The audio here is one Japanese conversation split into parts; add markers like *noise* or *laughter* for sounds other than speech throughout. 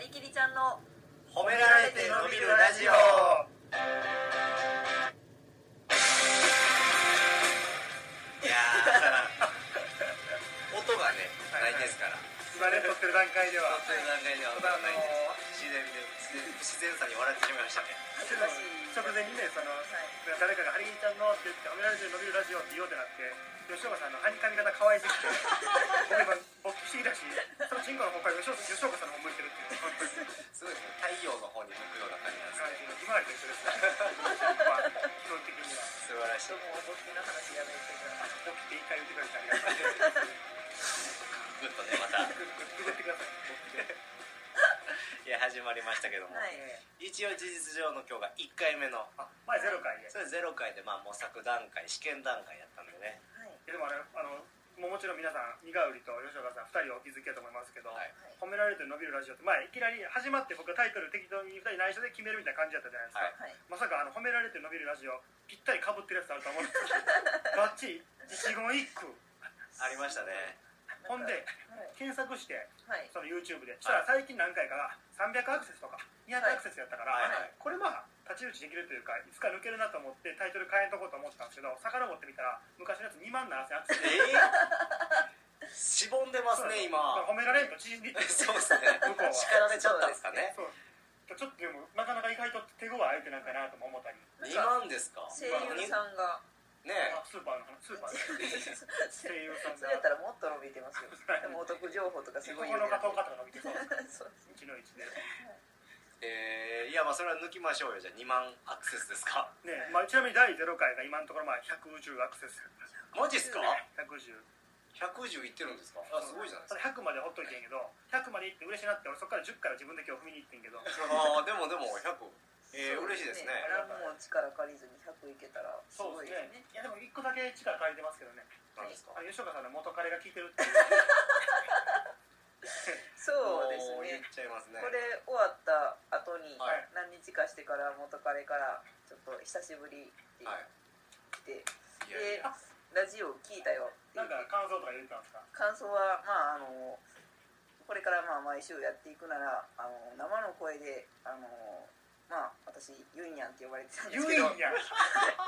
りきりちゃんの褒められて伸びるラジオいやー音がねないですから今ね撮ってる段階ではそういう段階では音がないんです自然で自然不自然さに笑ってしまいましたね直前にねその、誰かが「ハリーちゃんの」って言って「褒められて伸びるラジオ」って言おうってなって吉岡さんのはに髪型可愛すぎて僕今勃起してきたしそのチンコの方から吉岡吉岡さんの方向いてるっていう本当にすごいですね太陽の方に向くような感じなんです感ねじのひまわりと一緒ですま素晴らしあ基本的にはちょっいともうおぼつきの話がないというか勃起ってグッとねまた一回言ってくれてありがとう受けてくださいいや始まりましたけども、はいえ一応事実上の今日が1回目のーあ前ゼロ回でそれゼロ回でまあ模索段階試験段階やったんでねはいでもあれあのもうもちろん皆さん似顔絵と吉岡さん2人お気づきだと思いますけど、はい褒められて伸びるラジオって前いきなり始まって僕がタイトル適当に2人内緒で決めるみたいな感じだったじゃないですか、はいはいまさかあの褒められて伸びるラジオぴったりかぶってるやつあると思うんですけど *laughs* バッチリ一言一句ありましたねほんではい検索してはいその YouTube でしたら最近何回かが300アクセスとか200アクセスやったから、はいはいこれまあ太刀打ちできるというかいつか抜けるなと思ってタイトル変えんとこうと思ってたんですけど遡ってみたら昔のやつ2万7000アクセスえー、 *laughs* しぼんでますね今褒められんと縮んでいって *laughs* そうですね向こうは叱られちゃったんですかねそうちょっとでもなかなか意外と手強い相手なんかなとも思ったり2万ですか声優さんがねあスーパーの話スーパーでそ声優さんれやったがらもっと伸びて *laughs* ますよでもお得情報とかすこごこいよのね加藤方が伸びてそうです *laughs* そうです一の一でええーいやまあそれは抜きましょうよじゃあ2万アクセスですかねまあ、ちなみに第0回が今のところまあ110アクセスマジっすか110 110いってるんですかあすごいじゃないですか100までほっといてんけど100までいって嬉しいなって俺そこから10回は自分だけを踏みにいってんけあどあでもでも100えー、嬉しいですねあれはもう力借りずに100いけたらすごいですねいやでも1個だけ力借りてますけどねなんですかあ吉岡さんの元彼が聞いてるっていうそうですもう言っねちゃいますねこれ終わった後にはい何日かしてから元彼からちょっと久しぶりって言はっていいやでいやラジオ聞いたよって言なっんてか感想とか言ってたんですか感想はまああのこれからまあ毎週やっていくならあの生の声であのまあ私ユイニャンって呼ばれてたんで言すうんけどや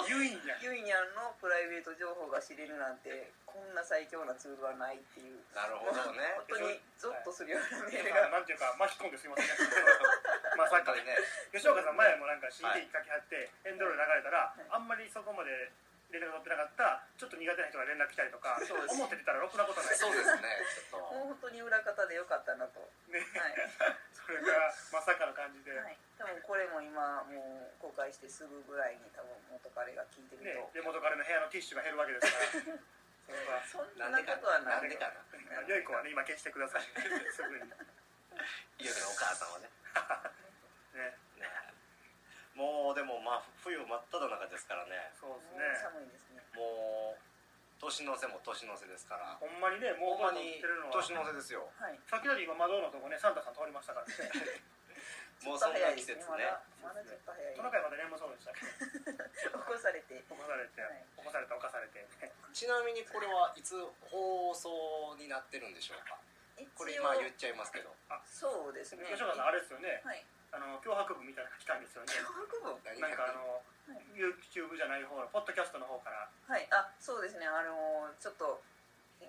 言うんやユイニャンのプライベート情報が知れるなんてこんな最強なツールはないっていうなるほどね本当にゾッとするようなメールがなんていうか巻き込んですいません *laughs* まあさやっっきぱりね吉岡さん前もなんかは CD いかけはってエンドロール流れたらはいあんまりそこまで連絡取ってなかったちょっと苦手な人が連絡来たりとかそうです思って出たらろくなことないそうですねちょっともう本当に裏 *laughs* 方でよかったなと、ねはいそれがまさかの感じではい、多分これも今もう公開してすぐぐらいに多分元彼が聞いてるねと、で元彼の部屋のティッシュが減るわけですからそれはそんなんなでかことはななんいでかな良い子はね今消してくだ *laughs* さいすぐにいいよねお母さんはねねねもうでもまあ冬真っ只中ですからねそうもうですね寒いですねもう年の瀬も年の瀬ですからほんまにねもほうんままににってるのは年の瀬ですよはい先より今窓のとこねサンタさん通りましたからねもうそんな季節まねだまだちょっと早いトナカイまで眠そうでしたけど起こされて起こされてはい起こされて起こされてちなみにこれはいつ放送になってるんでしょうか一応これ今言っちゃいますけどそうですね吉岡さんあれですよねはいあの脅迫文みたいなの来たんですよね脅迫文何なんかあがの YouTube じゃない方のポッドキャストの方からはいあそうですねあのちょっと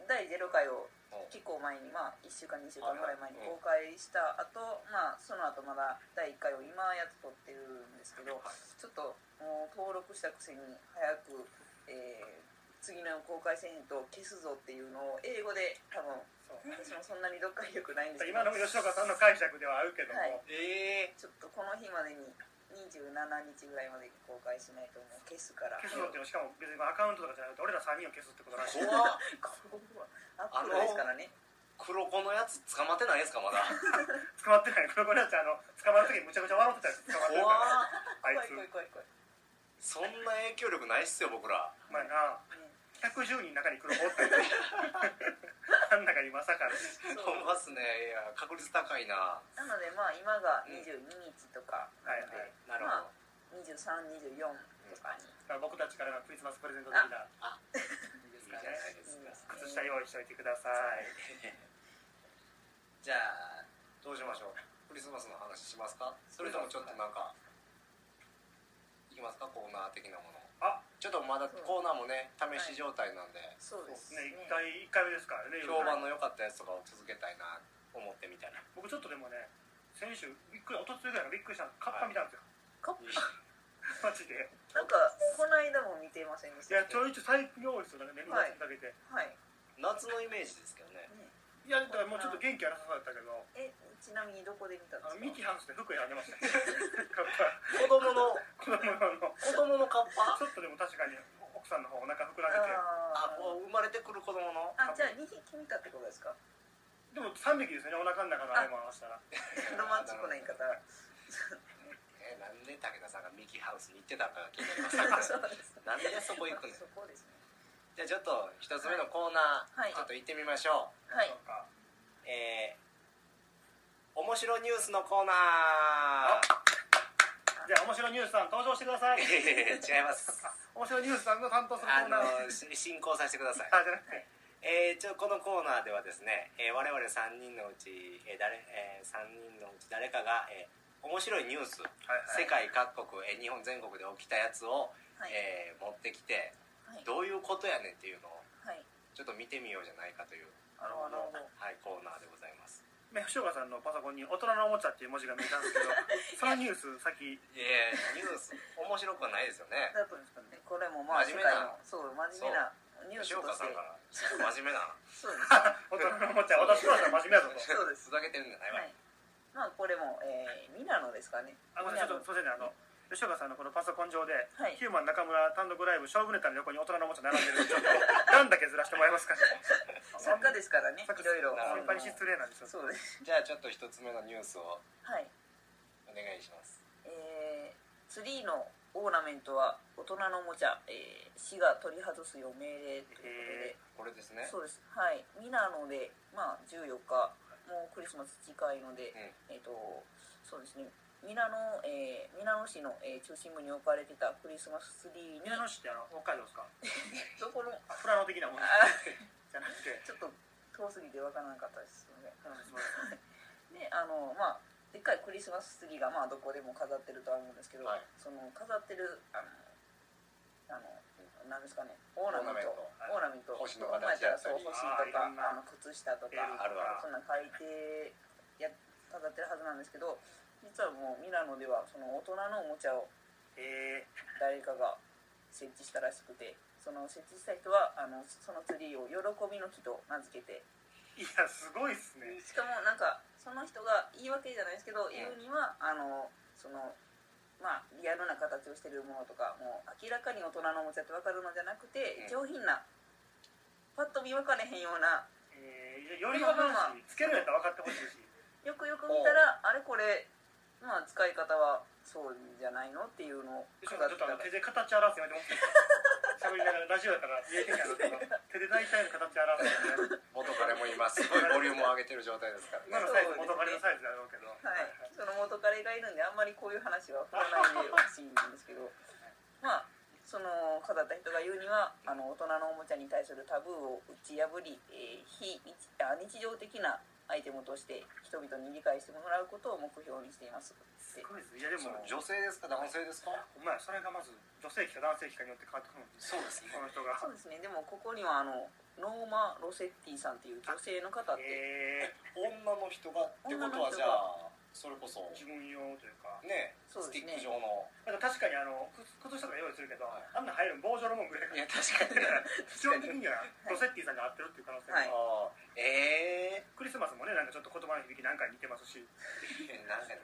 第0回をもう結構前にまあ1週間2週間ぐらい前に公開した後、まあその後まだ第1回を今やっと撮ってるんですけどちょっともう登録したくせに早く、えー次の公開せへんと消すぞっていうのを英語で多分そう私もそんなに読解力ないんですけど今の吉岡さんの解釈ではあるけども、はいええちょっとこの日までに27日ぐらいまでに公開しないともう消すから消すのっていうのはしかも別にアカウントとかじゃなくて俺ら3人を消すってことらしいー、怖っここはアップルですからね黒子のやつ捕まってないですかまだ捕まってないこの子のやつあの捕まる時にむちゃくちゃ笑ってたやつ捕まってる怖から怖っあいいつ怖い怖い怖い、そんな影響力ないっすよ僕らまあなね、 110人の中に黒子ってあん中にまさかのそう思いますねいや確率高いななのでまあ今が22日とかなので、なるまあほ2324とかにだから僕たちからのクリスマスプレゼント的などいいじゃないですか靴下用意しておいてくださいじゃあどうしましょうクリスマスの話しますかそれともちょっとなんか、い、きますかコーナー的なものあちょっとまだコーナーもね試し状態なんで、そうでそうですすねね一回一回目ですからね評判の良かったやつとかを続けたいな思ってみたら僕ちょっとでもね先週びっくり一昨日ぐらいからびっくりしたのカッパ見たんですよ、 *laughs* かマジでいなんかこの間も見てませんでしたやっけちょいちょい最近多いですよね年はい末にかけて、い、はい、 *laughs* 夏のイメージですけどねねやだからもうちょっと元気あらさそうだったけどえちなみにどこで見たあのんミですキかハウスで服選んでましたね *laughs* カッパ子供 *laughs* の子供用の子供のカッパちょっとでも確かに奥さんの方お腹膨らんでてああこう生まれてくる子供のああじゃあ2匹見たってことですかでも3匹ですよねお腹の中からあれ回したらロマンチックな言い方 *laughs* えなんで武田さんがミキハウスに行ってたのかが気になります *laughs* そうけどですなんでそこ行くの *laughs* そこですねじゃあちょっと一つ目のコーナー、はいちょっと行ってみましょはいなんかうえー、面白ニュースのコーナじゃあ面白いニュースさん登場してくださいー *laughs* 違い *laughs* ます面白いニュースさんの担当するあコーナーのし進行させてくださいあじゃなくてえー、ちょこのコーナーではですね、えー我々3人のうち、えー誰えー3人のうち誰かが、えー面白いニュース、世界各国、えー日本全国で起きたやつを、はいえー持ってきてはいどういうことやねんっていうのをはいちょっと見てみようじゃないかという、なるほどはい、コーナーでございますね吉岡さんのパソコンに「大人のおもちゃ」っていう文字が見えたんですけどそのニュースさっきいやニュース面白くはないですよねだとねこれもまあ真世面目界なのそう真面目なニュース吉と岡しさてんからすごい真面目なそうですね「大人のおもちゃ私は真面目だぞ」とそうですふざけてるんじゃないわは、いまあこれも、えーミラノですかねあごめんなさいちょっとすいませんねあの吉岡さんのこのパソコン上で、はいヒューマン中村単独ライブ勝負ネタの横に大人のおもちゃ並んでるんでちょっと段だけずらしてもらえますかね作家ですからねい作家ろいろなる先輩に失礼なんですよそうですじゃあちょっと一つ目のニュースをはいお願いしますえーツリーのオーナメントは大人のおもちゃ、えー市が取り外すよう命令というこれですことで、ねそうですはいミラノで、まあ、14日もうクリスマス近いので、えっ、とそうですねミラノ、えーミラノ市の、えー中心部に置かれてたクリスマスツリーに宮野市ってあの北海道ですかどこのあ富良野的なもんじあゃなくて *laughs* ちょっと遠すぎてわからなかったですよねうんすいませんであのまあでっかいクリスマスツリーがまあどこでも飾ってるとは思うんですけど、はいその飾ってるあのあのなんですかねオーナメントオオーナメント星の形やだっったたらそうり星とかあーいろんなあの靴下とあかあるあそんなん書いてや飾ってるはずなんですけど実はもうミラノではその大人のおもちゃをえー誰かが設置したらしくてその設置した人はあのそのツリーを喜びの木と名付けていやすごいっすねしかもなんかその人が言い訳じゃないですけどん言うにはあのそのまあリアルな形をしてるものとかもう明らかに大人のおもちゃって分かるのじゃなくてうん上品なパッと見分かれへんようなえー、より分かるしつけるんやったら分かってほしいしよくよく見たらあれこれまあ使い方はそうじゃないのっていうのをちょ飾っってたとあのら手で形表すやめてほしい喋りながらラジオやから言えてんやろうけど手で大体の形表すやめて元彼も今すごいボリュームを上げてる状態ですから今ねのサイズ元カレのサイズだろうけどはい、その元彼がいるんであんまりこういう話は振らないで *laughs* ほしいんですけどまあその語った人が言うにはあの大人のおもちゃに対するタブーを打ち破り、えー非日あ日常的なアイテムとして人々に理解してもらうことを目標にしていますすごいですいやでそもの女性ですか男性ですかお前それがまず女性器か男性器かによって変わってくるんですそうですこの人がそうですねでもここにはあのノーマ・ロセッティさんっていう女性の方って、えー、女の人がってことは女の人がじゃあそれこそ自分用というかねそうスでテすィねック状 *laughs* のなんか確かにあの靴靴下とか用意するけど、はいあんな入る棒状のもんぐらいいや確かにね基本的にはロセッティさんが合ってるっていう可能性はいが、あーえクリスマスもねなんかちょっと言葉の響きなんかに似てますしー、なんかね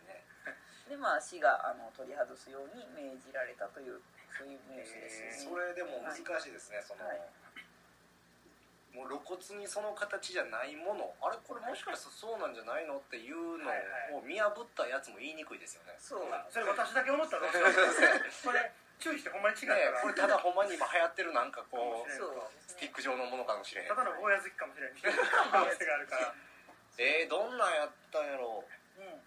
でまあ市があの取り外すように命じられたというそういうニュースでえーすそね、れでも難しいですねその、はいもう露骨にその形じゃないものあれこれもしかしたらそうなんじゃないのっていうのを見破ったやつも言いにくいですよ *laughs* ねそうそれ私だけ思ったらどうしようそれ注意してほんまに違ったねら、これただほんまに今流行ってるなんかこうそうですスねティック状のものかもしれへんただの坊や好きかもしれないみたいな可能性があるからえー、どんなんやったんやろうね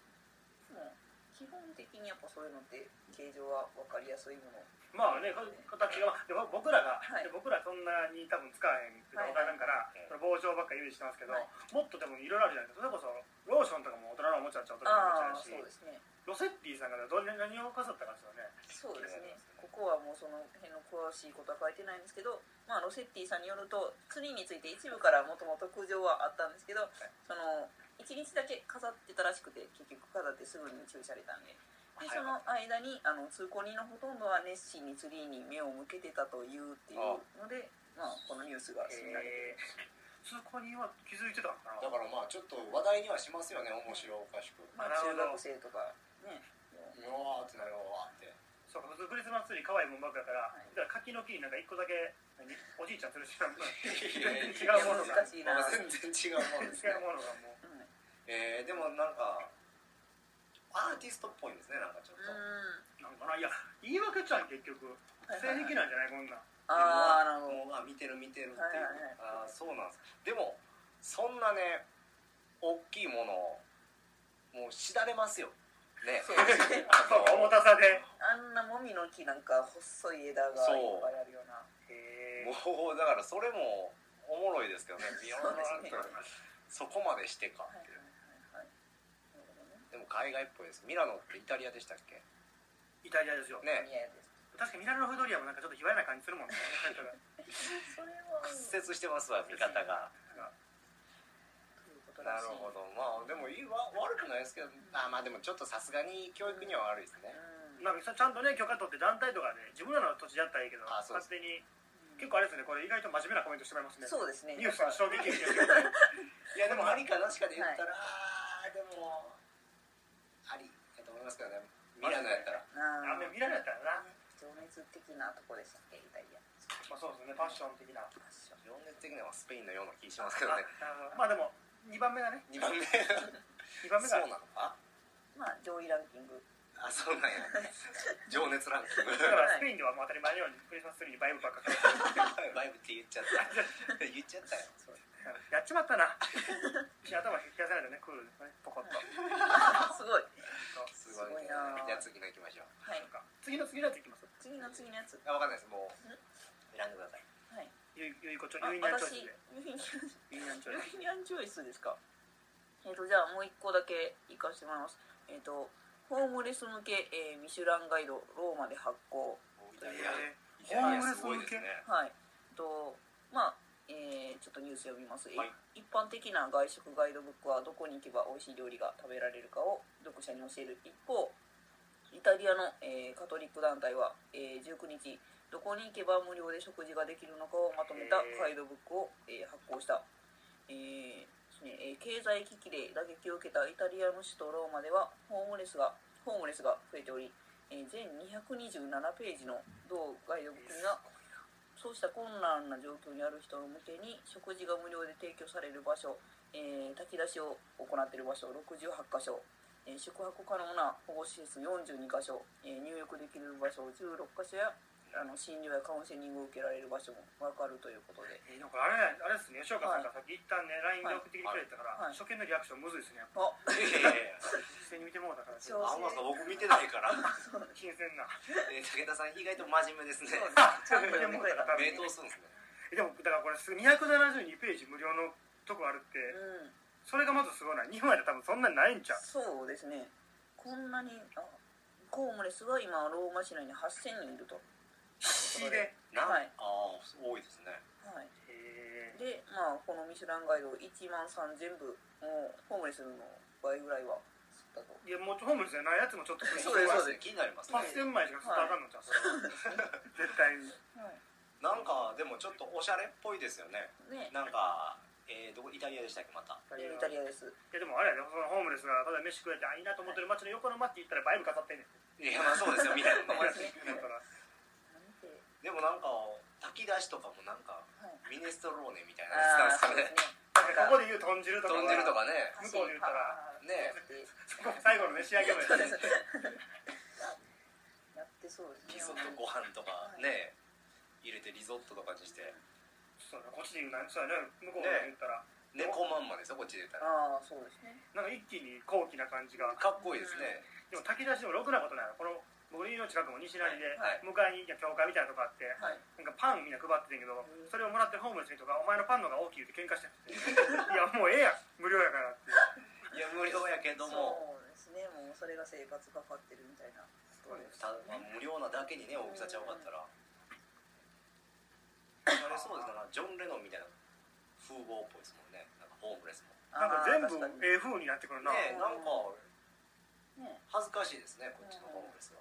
えもう昨基本的にやっぱそういうのって形状は分かりやすいものまあね、こ形が、でも僕らが、はいで僕らそんなに多分使わへんって分からんから、はいその棒状ばっかり用意してますけど、はいもっとでもいろいろあるじゃないですか。それこそ、ローションとかも大人のおもちゃっちゃ大人のおああもそちゃうやでし、すねロセッティさんがどれ何を飾ったかですよね。そうですねここはもうその辺の詳しいことは書いてないんですけど、まあ、ロセッティさんによるとツリーについて一部からもともと苦情はあったんですけど、その1日だけ飾ってたらしくて結局飾ってすぐに注意されたんで。ではいその間にあの通行人のほとんどは熱心にツリーに目を向けてたというっていうのでまあ、このニュースが信じられてる通行人は気づいてたのかだな。からまあちょっと話題にはしますよね面白おかしくうまあ、なる中ほど学生とかねわーってなるわーってそうか、クリスマスツリー可愛いもんばっかだから、はいだから柿の木になんか一個だけ、何おじいちゃん連れてきたの。い違やいや違うものが難しいな、まあうん全然違うものですねうものがもう。うんえー、でもなんかアーティストっぽいんですねなんかちょっと、なんかないや言い訳ちゃん結局はい性癖なんじゃないこんなんああなるほどもうあ見てる見てるっていう、はいはいはいあーそうなんですでもそんなね大きいものをもうしだれますよねそうですね重たさであんなもみの木なんか細い枝がいっぱいあるようなへえもうだからそれもおもろいですけど *laughs* ね微妙そうななんですねかそこまでしてかはいはいっていう、はいはいなるほどねでも海外っぽいですミラノってイタリアでしたっけイタリアですよおね似合いです確かにミラノフドリアもなんかちょっと卑猥な感じするもんねなんかそれはとい屈折してますわ見方がうことならしいるほどまあでもいいわ悪くないですけどあまあでもちょっとさすがに教育には悪いですねうんなんかちゃんとね許可取って団体とかで自分らの土地でやったらいいけどあそう勝です手に結構あれですねこれ意外と真面目なコメントしてもらいますねそうですねニュースのやっぱ衝撃受けてるいやでもありかなしかで言ったら、あーでもありだと思いますけどねミラノやったらあなあでもミラノやったらな情熱的なとこでしたっけイタリアまあそうですねファッション的なファッション情熱的なのはスペインのような気しますけどねまあでも2番目だね2番目2番目そがうなのかまあ上位ランキングあそう *laughs* なんや情熱ランキングだからスペインではもう当たり前のようにクリスマスツリーにバイブばっかかけてバイブって言っちゃった *laughs* 言っちゃったよそれやっちまっ *laughs* たな頭冷やさないとねクールですねポコッとあすごいすごすごいいねなじゃあ次の行きましょうはい次の次のやついきます次の次のやつあわかんないですもう選んでくださいはいゆいゆいこちょあゆいにゃんチョ私イスユでフィニアンゆいにゃんチルョイスフィニアンチョイスですかえっ、とじゃあもう一個だけいかしてもらいますえっ、とホームレス向け、えーミシュランガイドローマで発行イタリアイタリアすごいですねはいえっとまあえーちょっとニュース読みます、えはい一般的な外食ガイドブックはどこに行けば美味しい料理が食べられるかを読者に教える一方イタリアの、えーカトリック団体は、えー19日どこに行けば無料で食事ができるのかをまとめたガイドブックを、えー発行した、えーですねえー経済危機で打撃を受けたイタリアの首都ローマではホームレスがホームレスが増えており、えー全227ページの同ガイドブックがそうした困難な状況にある人向けに食事が無料で提供される場所、えー炊き出しを行っている場所68箇所、えー宿泊可能な保護施設42箇所、えー入浴できる場所16箇所やあの診療やカウンセリングを受けられる場所も分かるということで。えーでもこれあれあれですね吉岡さんがさっき一旦ね LINE で送ってきてくれたかはいはらい初見のリアクションむずいですねやっぱあいやいやいや実際に見てもうたからそうあんまさ僕見てないから新鮮なえー武田さん意外と真面目ですそねうですちゃんと読んでくれた名刀するんですねえでもだからこれす272ページ無料のとこあるってうん、それがまずすごいな日本やったら多分そんなにないんちゃうそうですねこんなにあホームレスが今ローマ市内に8000人いると、必死でなはいああ多いですねはい、へえでまあこの「ミシュランガイド」1万3000部もうホームレスの倍ぐらいは吸ったといやもうホームレスじゃないやつもちょっとそうですそうです気になりますね8000枚しか吸ったらあかんのちゃうそれは絶対にはいなんかでもちょっとおしゃれっぽいですよねねなんかえー、どこイタリアでしたっけまたでイタリアですいやでもあれやでそのホームレスがただ飯食えてあいいなと思ってる街の横の街行ったらバイブ *laughs* 飾ってんねいんやまあそうですよみたいな友ね達行くねんかならんて *laughs* でもなんか炊き出しとかもなんかはいミネストローネみたいなあやあつなそうんでですすかねねここで言う豚汁とか豚汁とかね向こうで言ったらねえ *laughs* 最後の飯上げもやそうでねすやってそうですねリゾットご飯とかね入れてリゾットとかにしてそうだこっちで言うなんそうだね向こうで言ったら猫まんまですよこっちで言ったらああそうですねなんか一気に高貴な感じがかっこいいですね、でも炊き出しでもろくなことないのこの僕の家の近くも西成で、はい向かいに教会みたいなとこあって、はいなんかパンみんな配ってんけど、んそれをもらってるホームレスの人が「お前のパンの方が大きい」って喧嘩して *laughs* るいやもうええやん無料やからっていや無料やけどもそうですねもうそれが生活かかってるみたいなそうですたまあ無料なだけにね大きさちゃうかったらあれそうですねなんかジョン・レノンみたいな風貌っぽいですもんねなんかホームレスもなんか全部あー確かにええ風になってくるな、ねえなんかね恥ずかしいですねこっちのホームレスは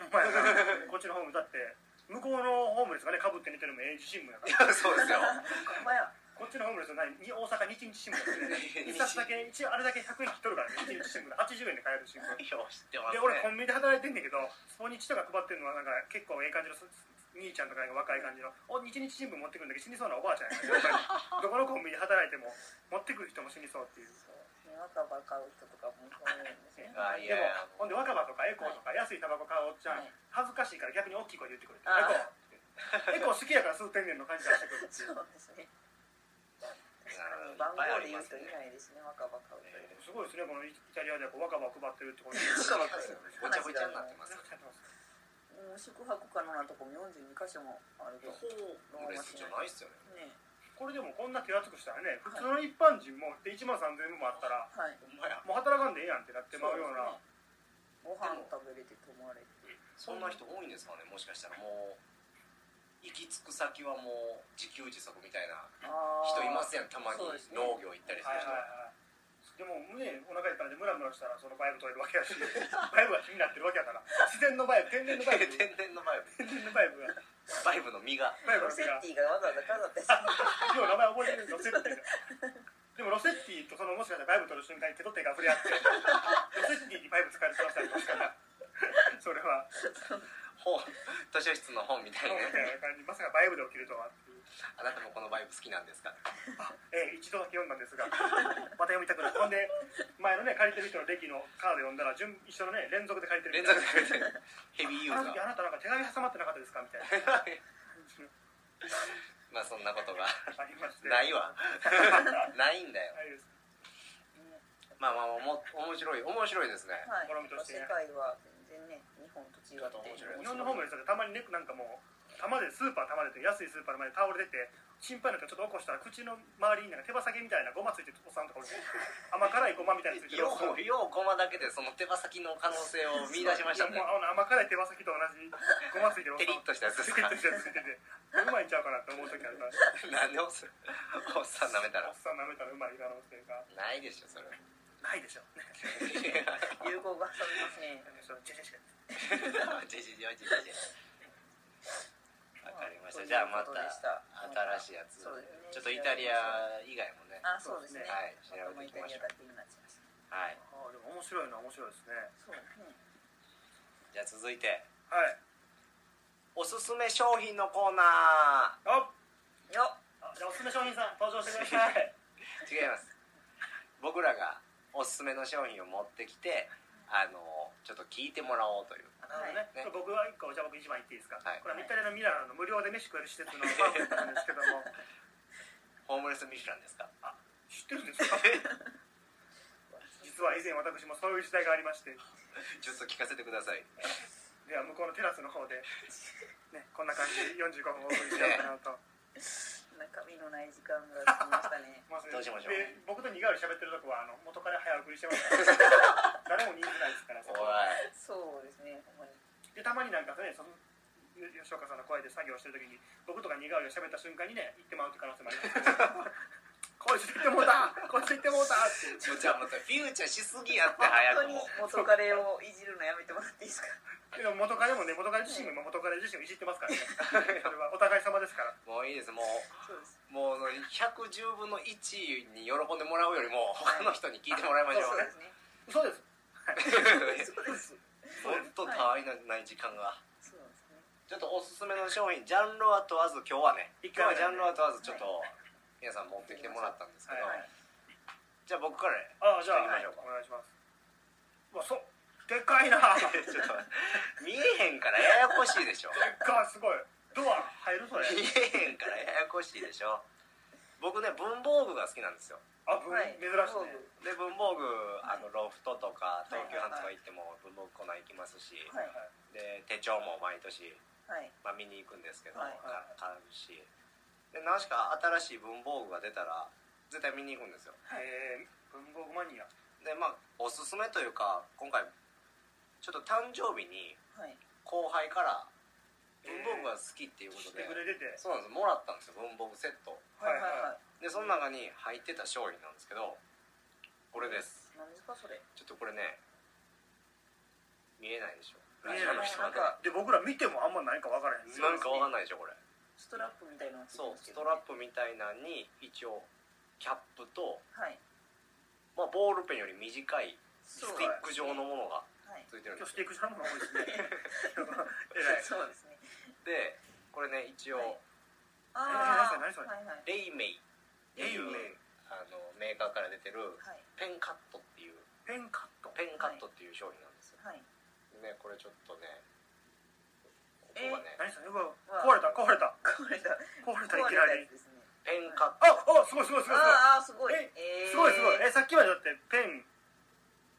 ほんまやなこっちのホームだって向こうのホームレスがねかぶって寝てるのも英字新聞やいからやそうですよほんまやこっちのホームレスの何に大阪日日新 *laughs* 聞やってね一冊だけ一応あれだけ100円切っとるからね日日新聞で80円で買える新聞いや知ってますでね俺コンビニで働いてんだけどスポニチとか配ってるのはなんか結構ええ感じのす兄ちゃんとかが若い感じの「お日日新聞持ってくるんだけど死にそうなおばあちゃんやなやっ *laughs* ぱりどこのコンビニで働いても持ってくる人も死にそうっていうそう若葉買う人とかもそう思うんですねあいでやもほんで若葉とかエコーとか安いタバコ買うおっちゃん、はい恥ずかしいから逆に大きい声で言ってくるあエコーエコー好きやから吸うてんねんの感じ出してくるって *laughs* いそううですね確かに番号で言う人いないですね若葉買う人すごいですねこのイタリアではこう若葉を配ってるってことで若葉ご買う人ちゃごちゃになってますよもう宿泊可能なとこも42箇所もあるとホームレスじゃないっすよねねこれでもこんな手厚くしたらね普通の一般人も1万3000円もあったらはいほんまやもう働かんでええやんってなってまうようなそうですねご飯食べれて泊まれてそんな人多いんですかねもしかしたらもう行き着く先はもう自給自足みたいな人人いますやんたまにそうですね農業行ったりすはいる人はいはいでもねお腹いっぱいでムラムラしたらそのバイブ取れるわけやし *laughs* バイブが気になってるわけやから自然のバイブ天然のバイブ *laughs* *laughs* 天天然のバイブ然のバイブがバイブの実がバイブロのセ手ッがティがわざわざ飾ってさよう名前覚えてるロセッティがでもロセッティとそのもしかしたらバイブ取る瞬間に手と手が触れ合 *laughs* ってロセッティにバイブ使える可能性ありますから *laughs* それは本図書室の本みたいそうなみたいねな感じまさかバイブで起きるとはっていうあなたもこのバイブ好きなんですかえー一度だけ読んだんですがまた読みたくなるほんで前のね借りてる人の歴のカード読んだら順一緒のね連続で借りてる連みた続いでな書いてるヘビーユーあのザ時あーなたなんか手紙挟まってなかったですかみたい *laughs* な *laughs* まあそんなことがありましてないわないんだよないですまあまあおも面白い面白いですねはい好みとして世ね界は全然ね日本と違って日本のホームレスだってたまにねなんかもう玉でスーパー玉でて安いスーパーの前で倒れてて心配な人ちょっと起こしたら口の周りになんか手羽先みたいなごまついてるおっさんとかおるじゃん甘辛いごまみたいなのついてるよおっさんうよう駒だけでその手羽先の可能性を見出しましいやたねもうあの甘辛い手羽先と同じごまついてるおっペさリんッとしたやつですピリッかとしたやつついててうまいんちゃうかなって思う時ありますなんでおっさんおっさん舐めたらおっさん舐めたらうまい可能性がないでしょそれないでしょ *laughs* ね *laughs* 有効がされますねそうジェジェジェじじじじじわかりましたじゃあまた新しいやつそうですねちょっとイタリア以外もねあそうですねはいま調べていきイタましリょアだうけになっちゃいましたはいああでも面白いのは面白いですねそうねじゃあ続いてはいおすすめ商品のコーナあよっあじゃあおすすめ商品さん登場してくださいー違います僕らがおすすめの商品を持ってきてあのちょっと聞いてもらおうというなるほどね、はいこれ僕は一個じゃあ僕一番言っていいですか、はいこれはミタレのミラノの無料で飯食える施設のパンフレットなんですけ *laughs* どもホームレスミシュランですか知ってるんですか実は以前私もそういう時代がありましちてょっと聞かせてくださいでは向こうのテラスの方で、ね、こんな感じで45分お送りしようかなと中身のない時間が過ぎましたねまずどうしましょうで僕と苦がり喋ってるとこはあの元から早送りしてますから *laughs* 誰も人気ないですからそおいこは *laughs* そうですねほんまにでたまになんかねその吉岡さんの声で作業してる時に僕とか苦がりを喋った瞬間にね行ってもらうって可能性もありますけど *laughs* こいつ行ってもうたこいつ行ってもうたってちょじゃあまたフューチャーしすぎやって本早当くにも元カレをいじるのやめてもらっていいですかでも元彼もね元彼自身も今元彼自身をいじってま *laughs* すからねそれはお互い様ですから *laughs* もういいですもうそうですもう110分の1に喜んでもらうよりも他の人に聞いてもらいましょそううですねそうですそうです *laughs* 本当たわいのない時間がそうですねちょっとおすすめの商品ジャンルは問わず今日はね一今回は日はジャンねルは問わずちょっと皆さん持ってきてもらったんですけど、はいじゃあ僕からねああじゃあ行きましょうかお願いしますうわそうでっ *laughs* かいなでっちょっと見えへんからややこしいでしょかいすごいドア入るそれ見えへんからややこしいでしょ僕ね文房具が好きなんですよあ、ぶんはい珍しいね。で文房具はあいのロフトとかはい東急ハンズとか行っても文房具コーナー行きますし、はいで手帳も毎年、はいまあ、見に行くんですけど、はいか買うしで何しか新しい文房具が出たら絶対見に行くんですよはいえー、文房具マニア。でまあおすすめというか今回ちょっと誕生日にはい後輩からえ文ー房具が好きっていうこしとてで、くれてて。そうなんですもらったんですよ文房具セットはいはいはいでその中に入ってた商品なんですけどこれです何ですかそれちょっとこれね見えないでしょ見えないラジオの人はねで、僕ら見てもあんま何か分からへん。ななんんかかわわかんかんないでしょこれストラップみたいなのついてそうますスけトどラねップみたいなのに一応キャップと、はいまあ、ボールペンより短いステそうィック状のものがはいついてるん今で日すしてよいくじゃんも多いですね。えらい。そうですねでこれね一応、はいああー何それ何それはいはいレイメイっていうレイメイあのメーカーから出てるはいペンカットっていうペンカット。ペンカットっていう商品なんですよ、はいねこれちょっとねこえこがね何それうわ壊れた、壊れた。これだ壊れこた、いきれなだりや。つですねペンカットあ、あ、すごいすごいすごいあーあーすごいええーすごい。すごいすごい。え、さっきまでだってペン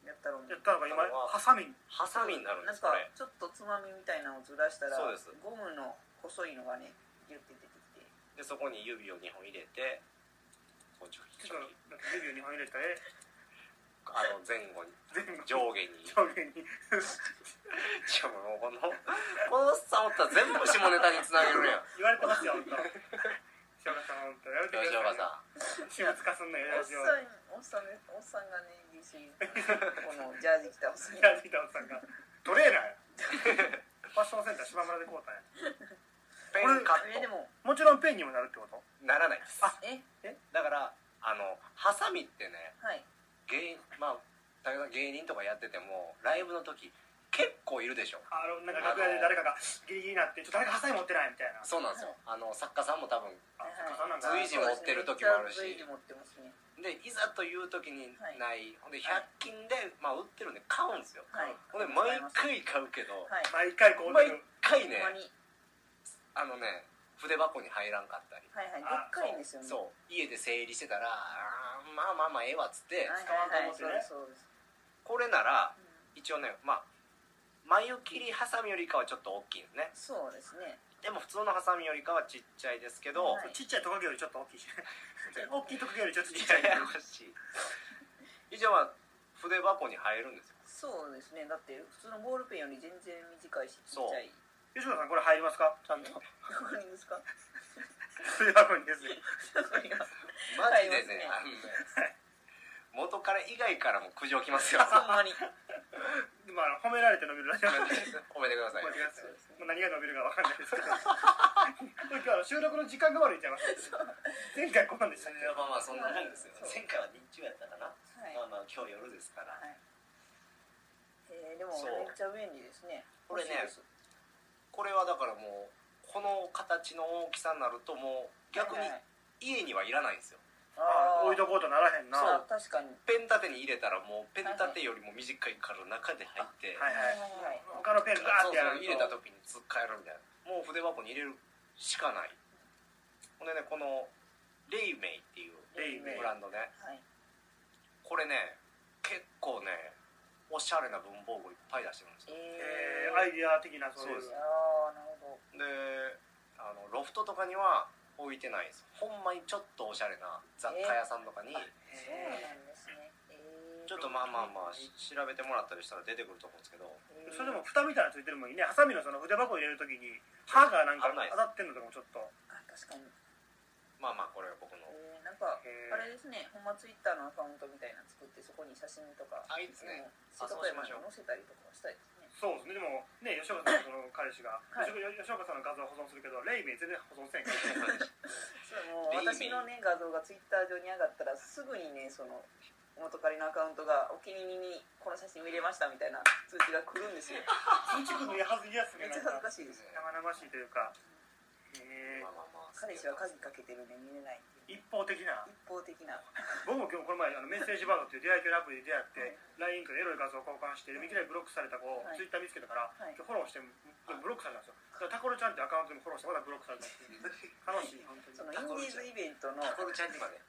やったろうねやったのが今、ハサミに。ハサミになるんなでんすこかれちょっとつまみみたいなのをずらしたらそうですゴムの細いのがねギュッて出てきてでそこに指を2本入れてこうチョキチちょョっキと、レビューに入れた絵。あの前後に全部上下 *laughs* に上下に。 *laughs* しかもこの *laughs* このおっさんおったら全部下ネタにつなげる *laughs* やん言われてますよ、ほんと。塩川さん、ほんと。やめてくだ吉岡さい。さん私物化すんのよ、おラっジさんオ。おっさんねおっさんがね優秀このジャージ着たおっさんラジオさんが。トレーナーや。ファッションセンター、島村で買うたんや。ペンカえでットももちろんペンにもなるってことならないですだえからあのハサミってねはい芸まあ武田さん芸人とかやっててもライブの時結構いるでしょあのなんか楽屋で誰かがギリギリになってちょっと誰かハサミ持ってないみたいなそうなんですよあの作家さんも多分あそうなんだ随時持ってる時もあるしそうですねめっちゃ随時持ってますねでいざという時にない、ほんで100はい均で、まあ、売ってるんで買うんですよ、はいほんで毎回買うけど、はい毎回こう毎出る回ほんまねにあのね筆箱に入らんかったりはいはいであっかいんですよねそう家で整理してたらあーまあまあまあええわっつって、はい使わはいんはといそ思うってねですそうですこれならうん一応ねまあ眉切りハサミよりかはちょっと大きいですねそうですねでも普通のハサミよりかはちっちゃいですけど、はいちっちゃいトカゲよりちょっと大き *laughs* いし大きいトカゲよりちょっとちっちゃいややこしい以上は筆箱に入るんですよそうですねだって普通のボールペンより全然短いしちっちゃい吉村さんこれ入りま *laughs* すかちゃ *laughs* んとどこにですか *laughs* 筆箱にですよどこにがマジでね入りあまのね元彼以外からも苦情 *laughs* きますよほんまにまあ褒められて伸びるラジオなんで褒めてくださいこよれがもう何が伸びるかわかんな *laughs* いですけどこれ今日あの収録の時間が悪いちゃいます前回こんなんでしたねまあまあそんなもんですよそう前回は日中やったかな、 *laughs* はいまあまあ今日夜ですから、はいえー、でもそうめっちゃ便利ですねこれね欲しいですこれはだからもうこの形の大きさになるともう逆にはいはい家にはいらないんですよあー置いとこうとならへんなあは確かにペン立てに入れたらもうペン立てよりも短いから中で入って、いはいはい他のペンガそーっうそうてやる入れたと時に突っかえるみたいなもう筆箱に入れるしかないほんでねこのレイメイっていうレイメイブランドねはいこれね結構ねおしゃれな文房具いっぱい出してるんですよえーえー、アイディア的なそういそううですあーなるほどであのロフトとかには置いてないですほんまにちょっとおしゃれな雑貨屋さんとかに、そうなんですねえー、ちょっとまあまあまあし調べてもらったりしたら出てくると思うんですけどえーそれでも蓋みたいなのついてるもんねハサミのその筆箱入れるときに歯がなんか危ないです当たってんのとかもちょっとあ確かにまあまあこれは僕のえー、なんかへーあれですねほんまツイッターのアカウントみたいなの作ってそこに写真とかあいいですねせっかくやのに載せたりとかしたいですねそうですねでもね吉岡さんのその彼氏が、はい吉吉岡さんの画像は保存するけどレイメイ全然保存せんからそうもうレイメ私イのね画像がツイッター上に上がったらすぐにねその元彼のアカウントがお気に入りにこの写真を入れましたみたいな通知が来るんですよ通知くんのやはずいや *laughs* つめっねちなゃ恥ずんかかしいですよ生々しいというかへえまあまあまあです彼け氏どは鍵かけてるんで見れないっていう一方的な一方的な僕も今日この前あのメッセージバードっていう出会い系のアプリで出会って LINE からエロい画像を交換してで見きなりブロックされた子をはい Twitter 見つけたから、はい今日フォローしてもブロックされたんですよだからタコルちゃんってアカウントでもフォローしてまだブロックされたって *laughs* いう悲しい本当にそのインディーズイベントのタコルちゃんにまで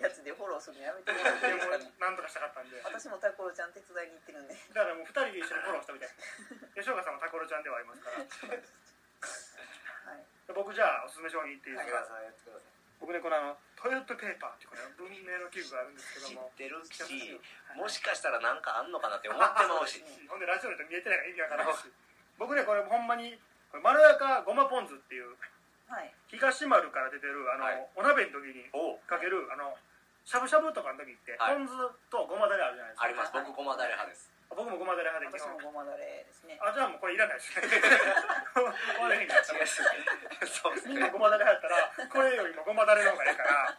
やつでフォローするのやめてもらっていいでで *laughs* すかねもなんとかしたかったんでだか私もタコロちゃん手伝いに行ってるんでらもう2人で一緒にフォローしたみたいな吉岡さんもタコルちゃんではありますからはい僕じゃあおすすめ商品言っていい武です田かさんやってください僕ねこのあのトイレットペーパーっていうこの文明の器具があるんですけ知どもってるしはいもしかしたらなんかあんのかなって思ってまう *laughs* しほんでラジオで見えてないから意味わからない *laughs* し僕ねこれほんまにこれまろやかごまポン酢っていうはい東丸から出てるあの、はいお鍋の時におうかけるあのしゃぶしゃぶとかの時って、はいポン酢とごまだれあるじゃないですかあります僕ごまだれ派です僕もごまだれ派で基私本もごまだれですねあじゃあもうこれいらない *laughs* ですねごまだれになった違う違うそうですみんなねごまだれ入ったらこれよりもごまだれの方がいい *laughs* から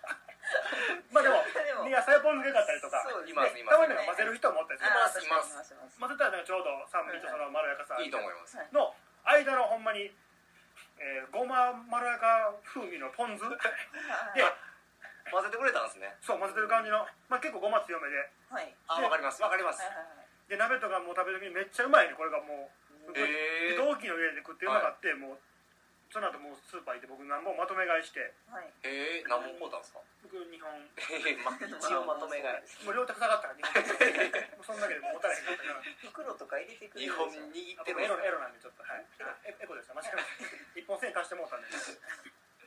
まあでも *laughs* でも野菜ポン酢かけたりとかそうですねいますねいたまにねなんか混ぜる人もおったりするあーいます確かにいます混ぜたらなんかちょうど酸味とそのまろやかさいいと思いますの間のほんまに、えーごままろやか風味の *laughs* ポン酢はいで混ぜてくれたんですねそう混ぜてる感じの、まあ、結構ごま強めではいはいあわかりますわかりますはいで鍋とかもう食べる時にめっちゃうまいねこれがもう、はいえでー同期の家で食ってうまかって、もうその後もうスーパー行って僕何本まとめ買いしてはいえー何本買うたんですか僕2本えーま *laughs* 一応まとめ買いもう両手塞がったから2 *laughs* 本もうそんだけでもう持たれへんかったから袋とか入れてくれ日る本でしょに行あって僕るエんですロエロなんでちょっとはいエエコですよ間違えました *laughs* 1本1000円足してもうたんで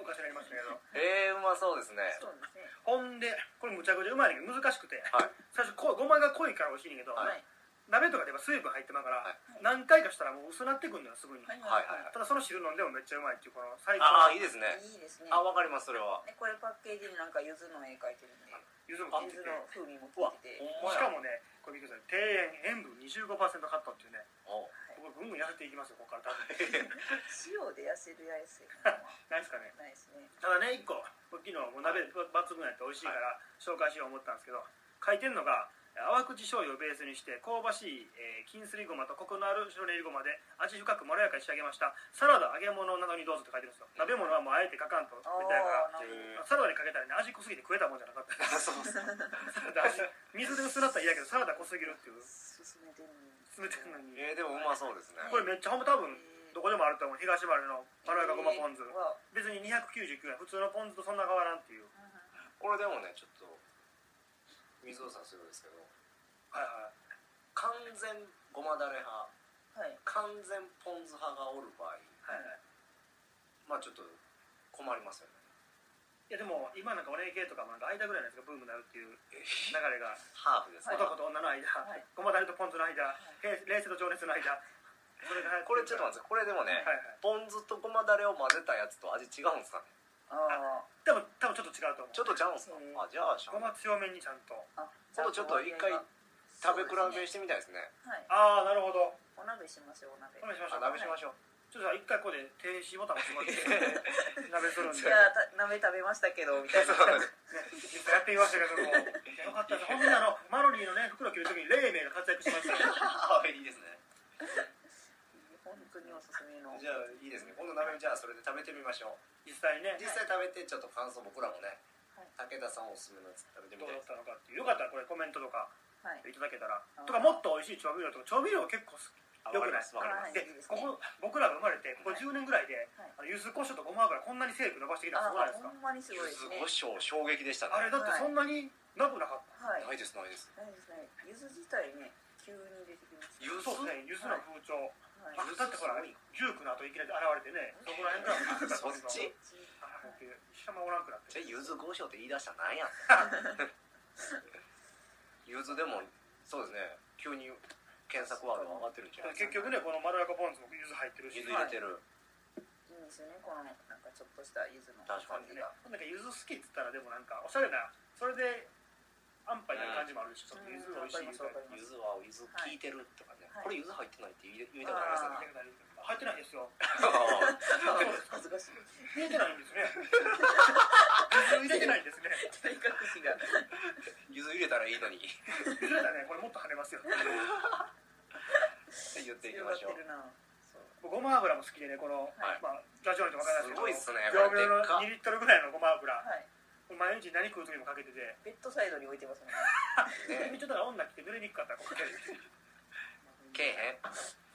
おかしなりましたけどえーうまそうですねそうですねほんでこれむちゃくちゃうまいねんけど難しくて、はい最初こうごまが濃いから美味しいねんけど、はい鍋とかでやっぱ水分入ってまうから、はい何回かしたらもう薄なってくんのよすぐに、はいはいははいいただその汁飲んでもめっちゃうまいっていうこの最ああ高いいですねいいですねあわかりますそれはでこれパッケージになんか柚子の絵描いてるんでゆずも効い柚て子ての風味も効いててほんまやしかもねこれ見てください庭園塩分25%カットっていうね *laughs* お僕ぐんぐん痩せていきますよここから多分塩で痩せるやつやつないですかねないですねただね1個昨日もう鍋抜群やって美味しいから紹介しよう思ったんですけど書いてんのが淡口醤油をベースにして香ばしい、えー金すりごまとコクのある白練りごまで味深くまろやかに仕上げましたサラダ揚げ物などにどうぞって書いてるんですよ鍋物はもうあえて書かんとみああたいななるえサラダにかけたらね味濃すぎて食えたもんじゃなか *laughs* ったーそう *laughs* ですねサラダ味水で薄なったら嫌やけどサラダ濃すぎるっていうほど進めてる詰めてるのにえーでもうまそうですねこれめっちゃほんま多分どこでもあると思う東丸のまろやかごまポン酢は別に299円普通のポン酢とそんな変わらんっていうこれでもねちょっと水尾さんすごいですけどはいはい完全ごまだれ派はい完全ポン酢派がおる場合はいはいまあちょっと困りますよねいやでも今なんかお礼系とかもなんか間ぐらいなんですかブームになるっていう流れがハーフですね、男と女の間、はいごまだれとポン酢の間、へ冷静と情熱の間それがこれちょっと待っってくださいこれでもね、はいはいポン酢とごまだれを混ぜたやつと味違うんすかねあでも多分ちょっと違うとちょ思うっとちゃうんすか、うんあじゃあしゃごま強めにちゃんとあ今度ちょっと一回食べ比べしてみたいですねはいああなるほどお鍋しましょうお鍋お願いしましあょう食べしましょうちょっとじゃあ一回ここで停止ボタン押してもらって *laughs* 鍋するんいでやた鍋食べましたけどみたいなね、実際やってみましたけども、いやよかったです、ほんなのマロニーのね、袋切るときに、黎明が活躍しましたよ、 *laughs* あいいですね本当におすすめのじゃあいいですね今度鍋じゃあそれで食べてみましょう実際ね、実際食べてちょっと感想僕らもね、はい武田さんおすすめのやつ食べてどみたうだいっですたのかっていう、よかったらこれ、コメントとかはいいただけたらあー、とか、もっと美味しい調味料とか、調味料結構好きあわかりますわかりはまいすでいいですこねこ僕らが生まれて、ここ10年ぐらいで、はいあの柚子胡椒とごま油、こんなに成分伸ばしてきたあのすごいですほか。んまにす柚ごいです子ね胡椒衝撃でしたあれねだってそんなになくなかった、はいないですないです大丈夫ですね柚子自体ね急に出てきます柚子そうですね、柚子の風潮、はいあだってほら、柚ジュークの後いきなり現れてね、そこら辺から、そっちあーって一緒におらんくなってじゃあ柚子胡椒って言い出したらなんや柚子でもそうですね急に検索ワードが上がってるんじゃないです結か局ね、このまろやかポン酢も柚子入ってるし柚子入れてる、いいんですよねこのなんかちょっとした柚子の確か感にじねがなんか柚子好きっつったらでもなんかおしゃれなそれで安牌な感じもあるし、ちょっと柚子美味しいみたいな柚子は柚子効いてるとかはいね、これ柚子入ってないって言い言いたくなりますよね入ってないですよ *laughs* 恥ずかしい入れてな *laughs* いんですね柚子入れてないんですね体格子が *laughs* 柚子入れたらいいのに入れたらねこれもっと跳ねますよ言っていき広まがっしょうてるなそうごま油も好きでねこの、はいまあ、ラジオにとわからないですすけどごいっすね業これで務用っのか2リットルぐらいのごま油はい毎日何食う時もかけててベッドサイドに置いてますもんねねちょっと女来て濡れにくかったらこうかけるけえ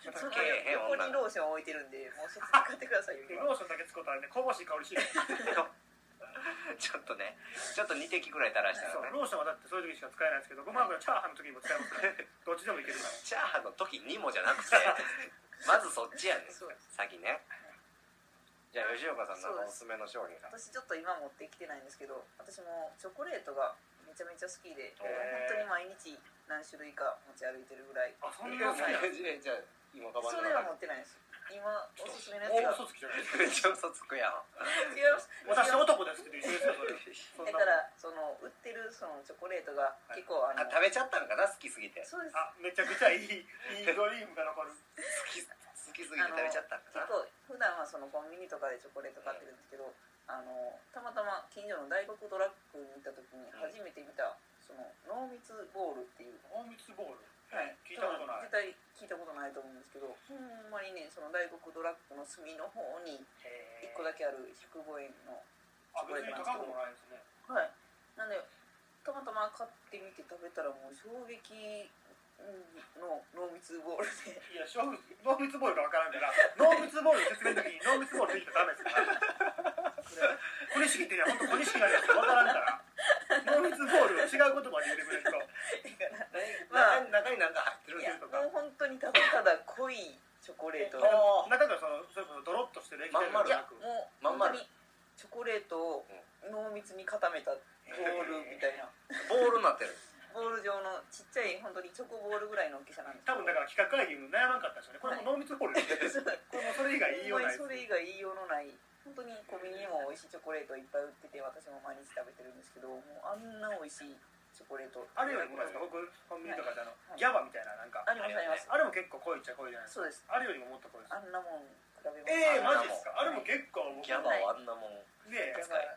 やっぱそのけえへん横女にローション置いてるんでもうそっち使ってくださ *laughs* いより今ローションだけ使うとあれね香ばしい香りしないへん *laughs* ちょっとねちょっと2滴ぐらい垂らしたそうらねローションはだってそういう時しか使えないんですけどごま油チャーハンの時にも使えますからどっちでもいけるからチャーハンの時にもじゃなくてまずそっちやねんそうです先ねじゃあ吉岡さんのおすすめの商品が私ちょっと今持ってきてないんですけど私もチョコレートがめちゃめちゃ好きでへ本ー当に毎日何種類か持ち歩いてるぐらいあそんいなや好きないや *laughs* んやじゃあ今カバそンのれは中持ってないです今おすすめの大やつが嘘つきじゃないめっ *laughs* ちゃ嘘つくやん違います私男ですけど一緒ですよそれそんだなもんからその売ってるそのチョコレートが結構ああの食べちゃったのかな好きすぎて好そうですあめちゃくちゃいいいいドリームが残るき好きすぎて食べちゃったの結かな構普段はそのコンビニとかでチョコレート買ってるんですけど、あのたまたま近所の大黒ドラッグに行った時に初めて見たその濃密ボールっていう、大蜜ボールはい、聞いたことない多分絶対聞いたことないと思うんですけどほんまにねその大黒ドラッグの隅の方に1個だけある105円のあ別に高くもないですねはいなんでたまたま買ってみて食べたらもう衝撃の濃密ボールでいや小物濃密ボールが分からんから濃密ボールの説明の時に濃密ボールできたらダメですから小錦ってね本当小錦なんですよ分からんから濃密ボールを違う言葉で言ってくれると中に中になんか入 *laughs* いってるんでやすとかもう本当にただただ濃いチョコレートあー中がそのそれこそドロッとしてる液ま体んまいるじゃやなくもうまん本ま当るにチョコレートを濃密に固めたボールみたいなボールになってるボール状のちっちゃい本当にチョコボールぐらいの大きさなんですけ多ど分だから企画会議も悩まんかったんでしょうねこれも濃密ボールでそすうこれもそれ以外言いよほんうまにないですそれ以外言いようのない本当にコンビニにも美味しいチョコレートいっぱい売ってて私も毎日食べてるんですけどもうあんな美味しいチョコレートあるよりもなんか僕コンビニとかであのギャバみたいななんかありますありますあれも結構濃いっちゃ濃いじゃないですそかうですあれよりももっと濃いですあんなもん比べますええーマジですかあれも結構僕ギャバはあんなもんねやばい